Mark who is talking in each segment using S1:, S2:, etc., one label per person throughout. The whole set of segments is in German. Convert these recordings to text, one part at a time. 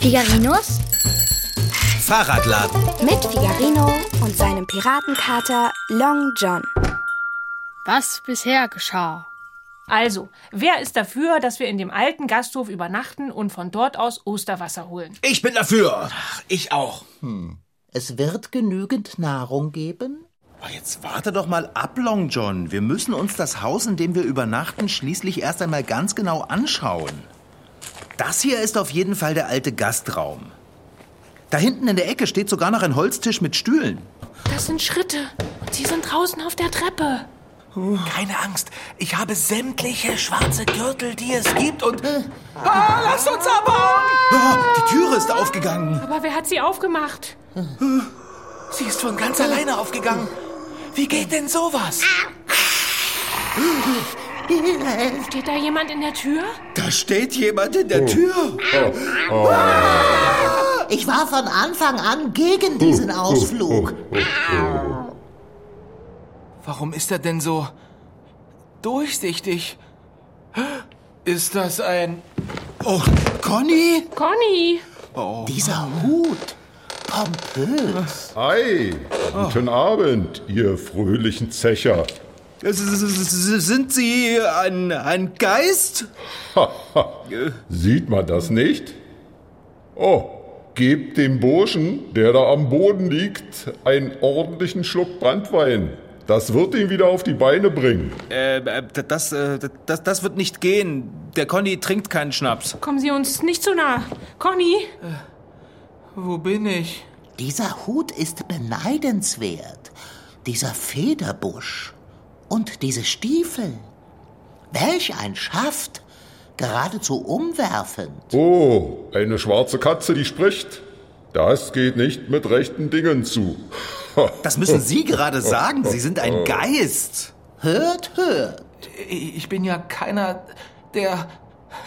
S1: Figarinos
S2: Fahrradladen.
S3: Mit Figarino und seinem Piratenkater Long John.
S4: Was bisher geschah.
S5: Also, wer ist dafür, dass wir in dem alten Gasthof übernachten und von dort aus Osterwasser holen?
S2: Ich bin dafür. Ich auch.
S6: Hm. Es wird genügend Nahrung geben?
S7: Aber jetzt warte doch mal ab, Long John. Wir müssen uns das Haus, in dem wir übernachten, schließlich erst einmal ganz genau anschauen. Das hier ist auf jeden Fall der alte Gastraum. Da hinten in der Ecke steht sogar noch ein Holztisch mit Stühlen.
S5: Das sind Schritte. Und sie sind draußen auf der Treppe.
S8: Keine Angst, ich habe sämtliche schwarze Gürtel, die es gibt und... Ah, lasst uns abhauen!
S7: Oh, die Türe ist aufgegangen.
S5: Aber wer hat sie aufgemacht?
S8: Sie ist von ganz alleine aufgegangen. Wie geht denn sowas?
S5: Steht da jemand in der Tür?
S7: Da steht jemand in der Tür.
S6: Ich war von Anfang an gegen diesen Ausflug.
S8: Warum ist er denn so durchsichtig? Ist das ein...
S7: Oh, Conny?
S5: Conny!
S6: Dieser Hut. Pompös.
S9: Hi, guten Abend, ihr fröhlichen Zecher.
S7: S- s- s- Sind Sie ein, ein Geist?
S9: Sieht man das nicht? Oh, gebt dem Burschen, der da am Boden liegt, einen ordentlichen Schluck Brandwein. Das wird ihn wieder auf die Beine bringen.
S7: Äh, äh, das, äh, das, das wird nicht gehen. Der Conny trinkt keinen Schnaps.
S5: Kommen Sie uns nicht zu nah. Conny!
S8: Wo bin ich?
S6: Dieser Hut ist beneidenswert. Dieser Federbusch und diese Stiefel. Welch ein Schaft, geradezu umwerfend.
S9: Oh, eine schwarze Katze, die spricht. Das geht nicht mit rechten Dingen zu.
S7: Das müssen Sie gerade sagen. Sie sind ein Geist.
S6: Hört, hört.
S8: I- Ich bin ja keiner, der...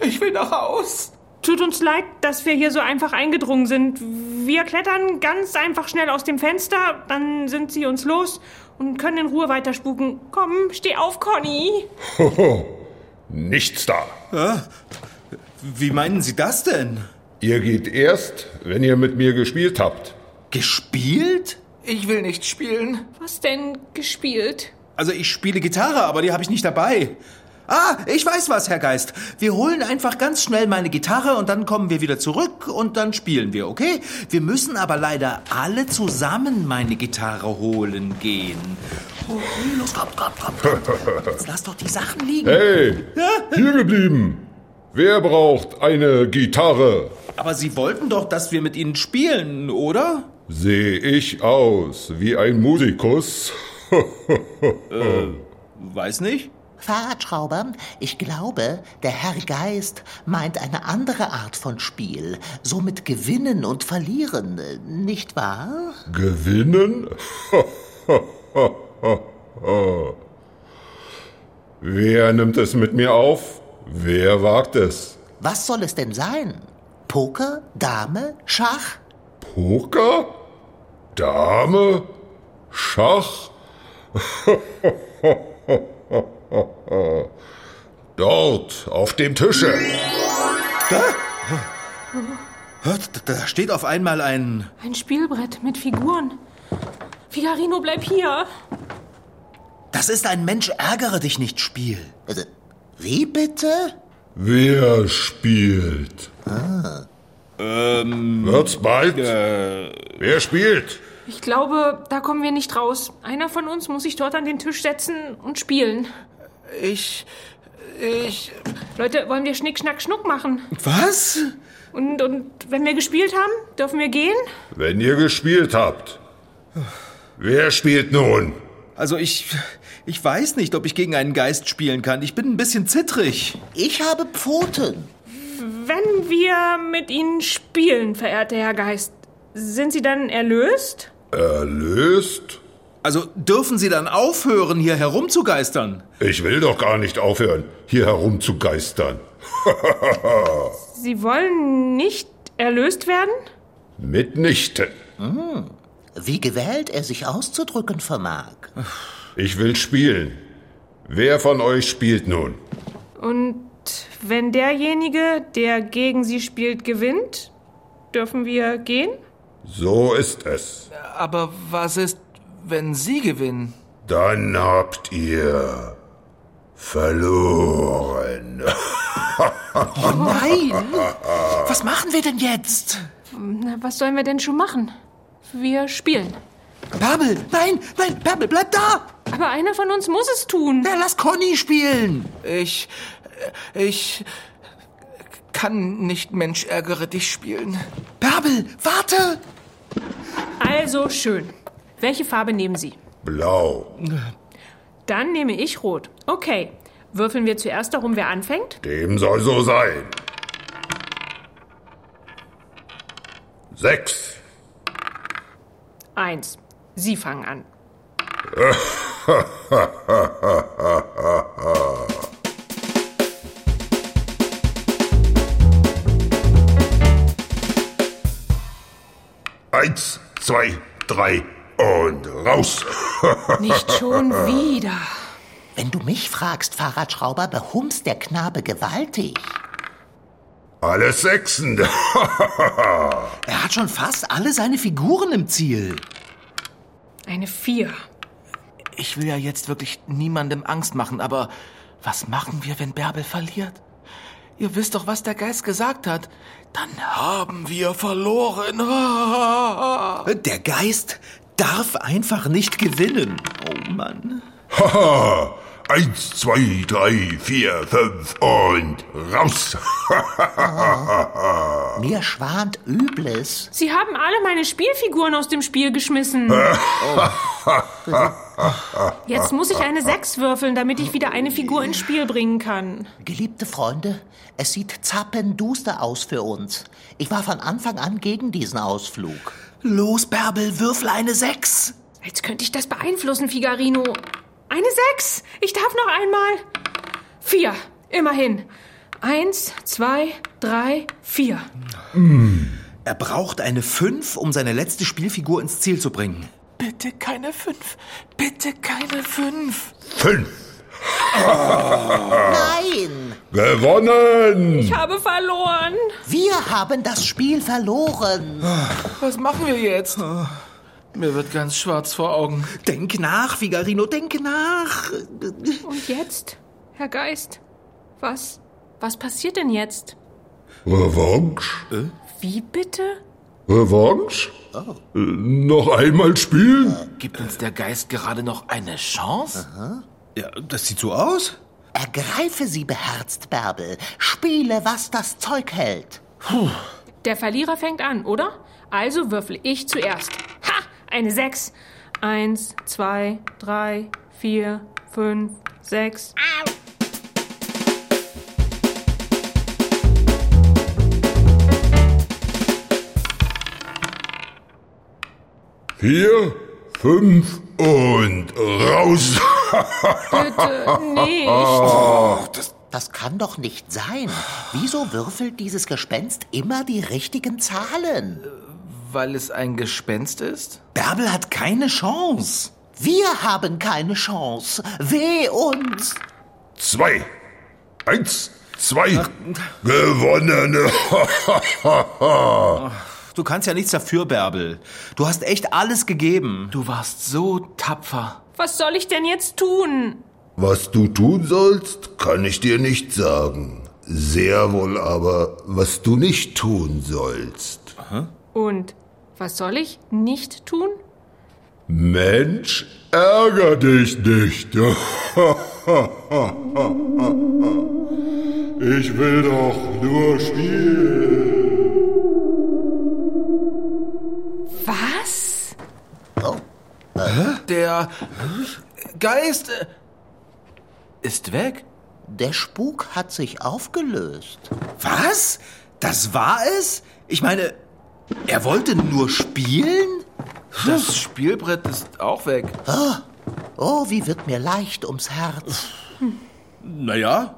S8: Ich will nach Haus.
S5: Tut uns leid, dass wir hier so einfach eingedrungen sind. Wir klettern ganz einfach schnell aus dem Fenster, dann sind sie uns los und können in Ruhe weiterspuken. Komm, steh auf, Conny!
S9: Nichts da.
S7: Wie meinen Sie das denn?
S9: Ihr geht erst, wenn ihr mit mir gespielt habt.
S7: Gespielt?
S8: Ich will nicht spielen.
S5: Was denn gespielt?
S7: Also ich spiele Gitarre, aber die habe ich nicht dabei. Ah, ich weiß was, Herr Geist. Wir holen einfach ganz schnell meine Gitarre und dann kommen wir wieder zurück und dann spielen wir, okay? Wir müssen aber leider alle zusammen meine Gitarre holen gehen. Oh, los, komm, komm, komm, komm. Jetzt lass doch die Sachen liegen.
S9: Hey, hier geblieben. Wer braucht eine Gitarre?
S7: Aber Sie wollten doch, dass wir mit Ihnen spielen, oder?
S9: Sehe ich aus wie ein Musikus?
S7: Weiß nicht.
S6: Fahrradschrauber, ich glaube, der Herr Geist meint eine andere Art von Spiel. So mit Gewinnen und Verlieren, äh, nicht wahr?
S9: Gewinnen? Wer nimmt es mit mir auf? Wer wagt es?
S6: Was soll es denn sein? Poker, Dame, Schach?
S9: Poker? Dame? Schach? Dort, auf dem Tische.
S7: Hört, da steht auf einmal ein...
S5: Ein Spielbrett mit Figuren. Figarino, bleib hier!
S7: Das ist ein Mensch, ärgere dich nicht, Spiel.
S6: Also, Wie bitte?
S9: Wer spielt? Ähm, Wird's bald? Wer spielt?
S5: Ich glaube, da kommen wir nicht raus. Einer von uns muss sich dort an den Tisch setzen und spielen.
S8: Ich... Ich...
S5: Leute, wollen wir Schnick, Schnack, Schnuck machen?
S7: Was?
S5: Und, und wenn wir gespielt haben, dürfen wir gehen?
S9: Wenn ihr gespielt habt. Wer spielt nun?
S7: Also ich, ich weiß nicht, ob ich gegen einen Geist spielen kann. Ich bin ein bisschen zittrig.
S6: Ich habe Pfoten.
S5: Wenn wir mit Ihnen spielen, verehrter Herr Geist, sind Sie dann erlöst?
S9: Erlöst?
S7: Also dürfen Sie dann aufhören, hier herumzugeistern?
S9: Ich will doch gar nicht aufhören, hier herumzugeistern.
S5: Sie wollen nicht erlöst werden?
S9: Mitnichten.
S6: Wie gewählt er sich auszudrücken vermag.
S9: Ich will spielen. Wer von euch spielt nun?
S5: Und wenn derjenige, der gegen Sie spielt, gewinnt, Dürfen wir gehen?
S9: So ist es.
S8: Aber was ist, wenn Sie gewinnen?
S9: Dann habt ihr verloren.
S7: Nein! Was machen wir denn jetzt?
S5: Na, was sollen wir denn schon machen? Wir spielen.
S7: Bärbel, nein, nein, Bärbel, bleib da!
S5: Aber einer von uns muss es tun.
S7: Na, lass Conny spielen!
S8: Ich. Ich. kann nicht Mensch ärgere dich spielen.
S7: Bärbel, warte!
S5: Also schön. Welche Farbe nehmen Sie?
S9: Blau.
S5: Dann nehme ich rot. Okay. Würfeln wir zuerst darum, wer anfängt?
S9: Dem soll so sein. Sechs.
S5: Eins. Sie fangen an.
S9: Eins, zwei, drei und raus.
S5: Nicht schon wieder.
S6: Wenn du mich fragst, Fahrradschrauber, behumst der Knabe gewaltig.
S9: Alle Sechsen.
S7: Er hat schon fast alle seine Figuren im Ziel.
S5: Eine Vier.
S8: Ich will ja jetzt wirklich niemandem Angst machen, aber was machen wir, wenn Bärbel verliert? Ihr wisst doch, was der Geist gesagt hat. Dann haben wir verloren.
S7: Der Geist darf einfach nicht gewinnen. Oh Mann.
S9: Haha. Eins, zwei, drei, vier, fünf und raus.
S6: Mir schwant Übles.
S5: Sie haben alle meine Spielfiguren aus dem Spiel geschmissen. Jetzt muss ich eine Sechs würfeln, damit ich wieder eine Figur ins Spiel bringen kann.
S6: Geliebte Freunde, es sieht zappenduster aus für uns. Ich war von Anfang an gegen diesen Ausflug.
S7: Los, Bärbel, würfel eine Sechs.
S5: Als könnte ich das beeinflussen, Figarino. Eine Sechs. Ich darf noch einmal. Vier. Immerhin. Eins, zwei, drei, vier.
S7: Er braucht eine Fünf, um seine letzte Spielfigur ins Ziel zu bringen.
S8: Bitte keine fünf. Bitte keine fünf.
S9: Fünf.
S6: Nein,
S9: Gewonnen.
S5: Ich habe verloren.
S6: wir haben das Spiel verloren.
S8: Was machen wir jetzt? Mir wird ganz schwarz vor Augen.
S7: Denk nach, Figarino, denke nach.
S5: Und jetzt, Herr Geist, was, was passiert denn jetzt?
S9: Revanche?
S5: Wie bitte?
S9: Revanche? Äh, Noch einmal spielen?
S8: Gibt uns der Geist gerade noch eine Chance?
S7: Ja, das sieht so aus.
S6: Ergreife sie beherzt, Bärbel. Spiele, was das Zeug hält.
S5: Der Verlierer fängt an, oder? Also würfel ich zuerst. Ha! Eine Sechs. Eins, zwei, drei, vier, fünf, sechs.
S9: Vier, fünf und raus.
S5: Bitte nicht.
S6: Das kann doch nicht sein. Wieso würfelt dieses Gespenst immer die richtigen Zahlen?
S8: Weil es ein Gespenst ist?
S7: Bärbel hat keine Chance.
S6: Wir haben keine Chance. Weh uns.
S9: Zwei. Eins, zwei. Gewonnen.
S7: Du kannst ja nichts dafür, Bärbel. Du hast echt alles gegeben.
S8: Du warst so tapfer.
S5: Was soll ich denn jetzt tun?
S9: Was du tun sollst, kann ich dir nicht sagen. Sehr wohl aber, was du nicht tun sollst.
S5: Und was soll ich nicht tun?
S9: Mensch, ärger dich nicht. Ich will doch nur spielen.
S5: Was?
S8: Der Geist äh, ist weg.
S6: Der Spuk hat sich aufgelöst.
S7: Was? Das war es? Ich meine, er wollte nur spielen?
S8: Das Spielbrett ist auch weg.
S6: Oh, wie wird mir leicht ums Herz.
S7: Naja,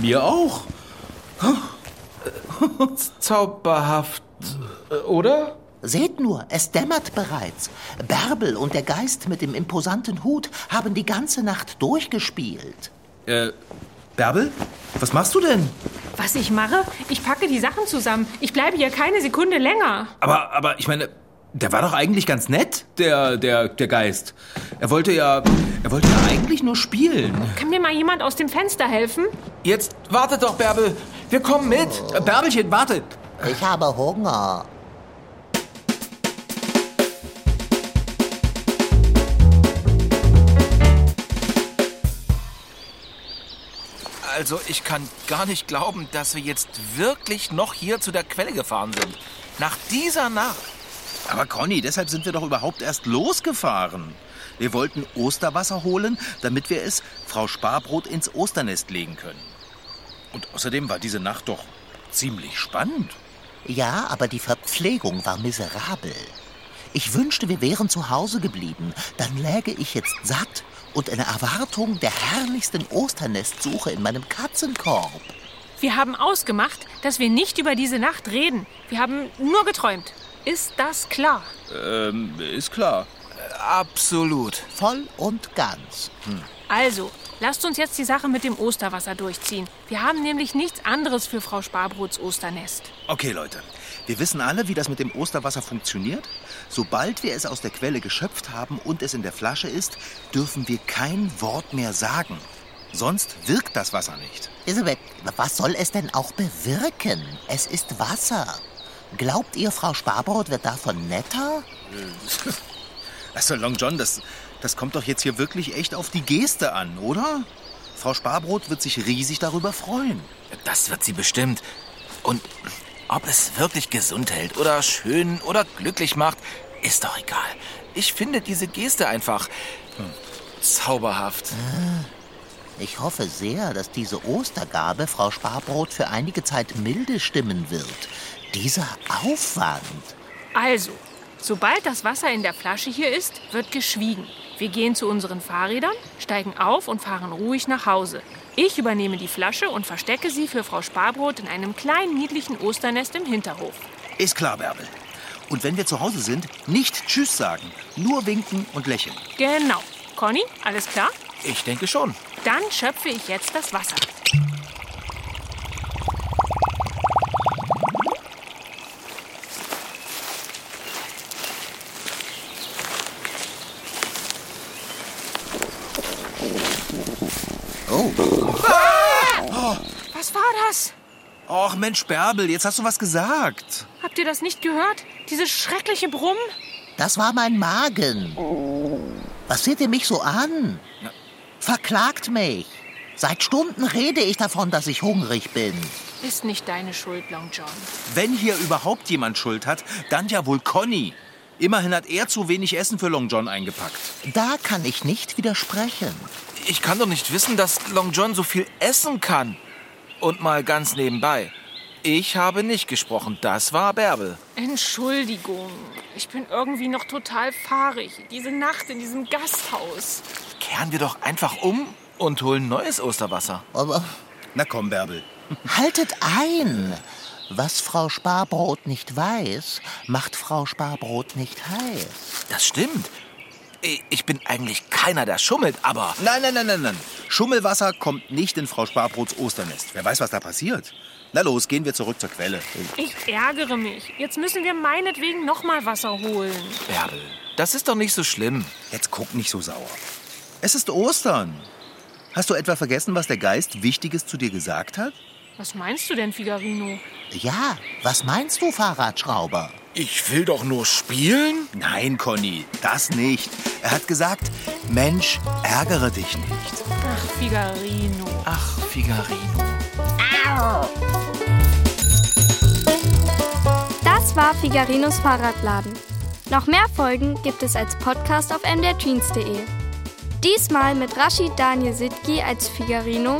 S7: mir auch.
S8: Zauberhaft, äh, oder?
S6: Seht nur, es dämmert bereits. Bärbel und der Geist mit dem imposanten Hut haben die ganze Nacht durchgespielt.
S7: Bärbel, was machst du denn?
S5: Was ich mache? Ich packe die Sachen zusammen. Ich bleibe hier keine Sekunde länger.
S7: Aber, aber ich meine, der war doch eigentlich ganz nett, der, der, der Geist. Er wollte ja, er wollte ja eigentlich nur spielen.
S5: Kann mir mal jemand aus dem Fenster helfen?
S8: Jetzt wartet doch, Bärbel. Wir kommen mit.
S7: Äh, Bärbelchen, warte.
S6: Ich habe Hunger.
S8: Also, ich kann gar nicht glauben, dass wir jetzt wirklich noch hier zu der Quelle gefahren sind. Nach dieser Nacht.
S7: Aber Conny, deshalb sind wir doch überhaupt erst losgefahren. Wir wollten Osterwasser holen, damit wir es Frau Sparbrot ins Osternest legen können. Und außerdem war diese Nacht doch ziemlich spannend.
S6: Ja, aber die Verpflegung war miserabel. Ich wünschte, wir wären zu Hause geblieben. Dann läge ich jetzt satt und in Erwartung der herrlichsten Osternestsuche in meinem Katzenkorb.
S5: Wir haben ausgemacht, dass wir nicht über diese Nacht reden. Wir haben nur geträumt. Ist das klar?
S7: Ähm, ist klar.
S8: Absolut.
S6: Voll und ganz.
S5: Also, lasst uns jetzt die Sache mit dem Osterwasser durchziehen. Wir haben nämlich nichts anderes für Frau Sparbrots Osternest.
S7: Okay, Leute. Wir wissen alle, wie das mit dem Osterwasser funktioniert. Sobald wir es aus der Quelle geschöpft haben und es in der Flasche ist, dürfen wir kein Wort mehr sagen. Sonst wirkt das Wasser nicht.
S6: Isabel, was soll es denn auch bewirken? Es ist Wasser. Glaubt ihr, Frau Sparbrot wird davon netter?
S7: Also Long John, das, das kommt doch jetzt hier wirklich echt auf die Geste an, oder? Frau Sparbrot wird sich riesig darüber freuen.
S8: Das wird sie bestimmt. Und ob es wirklich gesund hält oder schön oder glücklich macht, ist doch egal. Ich finde diese Geste einfach hm, zauberhaft.
S6: Ich hoffe sehr, dass diese Ostergabe Frau Sparbrot für einige Zeit milde stimmen wird. Dieser Aufwand.
S5: Also, sobald das Wasser in der Flasche hier ist, wird geschwiegen. Wir gehen zu unseren Fahrrädern, steigen auf und fahren ruhig nach Hause. Ich übernehme die Flasche und verstecke sie für Frau Sparbrot in einem kleinen niedlichen Osternest im Hinterhof.
S7: Ist klar, Bärbel. Und wenn wir zu Hause sind, nicht Tschüss sagen, nur winken und lächeln.
S5: Genau. Conny, alles klar?
S8: Ich denke schon.
S5: Dann schöpfe ich jetzt das Wasser. Was war das?
S7: Och Mensch, Bärbel, jetzt hast du was gesagt.
S5: Habt ihr das nicht gehört? Dieses schreckliche Brummen?
S6: Das war mein Magen. Was seht ihr mich so an? Verklagt mich. Seit Stunden rede ich davon, dass ich hungrig bin.
S5: Ist nicht deine Schuld, Long John.
S7: Wenn hier überhaupt jemand Schuld hat, dann ja wohl Conny. Immerhin hat er zu wenig Essen für Long John eingepackt.
S6: Da kann ich nicht widersprechen.
S8: Ich kann doch nicht wissen, dass Long John so viel essen kann. Und mal ganz nebenbei. Ich habe nicht gesprochen, das war Bärbel.
S5: Entschuldigung. Ich bin irgendwie noch total fahrig. Diese Nacht in diesem Gasthaus.
S8: Kehren wir doch einfach um und holen neues Osterwasser.
S6: Aber
S7: Na komm, Bärbel.
S6: haltet ein. Was Frau Sparbrot nicht weiß, macht Frau Sparbrot nicht heiß.
S8: Das stimmt. I- Ich bin eigentlich keiner, der schummelt, aber
S7: Nein, nein, nein, nein, nein. Schummelwasser kommt nicht in Frau Sparbrots Osternest. Wer weiß, was da passiert. Na los, gehen wir zurück zur Quelle.
S5: Ich ärgere mich. Jetzt müssen wir meinetwegen nochmal Wasser holen.
S8: Bärbel, das ist doch nicht so schlimm.
S7: Jetzt guck nicht so sauer. Es ist Ostern. Hast du etwa vergessen, was der Geist Wichtiges zu dir gesagt hat?
S5: Was meinst du denn, Figarino?
S6: Ja, was meinst du, Fahrradschrauber?
S8: Ich will doch nur spielen?
S7: Nein, Conny, das nicht. Er hat gesagt, Mensch, ärgere dich nicht.
S5: Ach, Figarino.
S8: Ach, Figarino.
S3: Das war Figarinos Fahrradladen. Noch mehr Folgen gibt es als Podcast auf mdrjeans.de. Diesmal mit Rashid Daniel Sitki als Figarino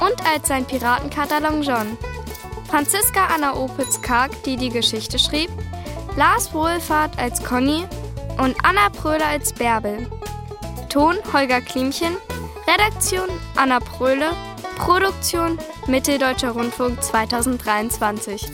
S3: und als sein Piratenkater Long John. Franziska Anna Opitz-Karg, die die Geschichte schrieb, Lars Wohlfahrt als Conny und Anna Pröhle als Bärbel. Ton Holger Klimchen, Redaktion Anna Pröhle, Produktion Mitteldeutscher Rundfunk 2023.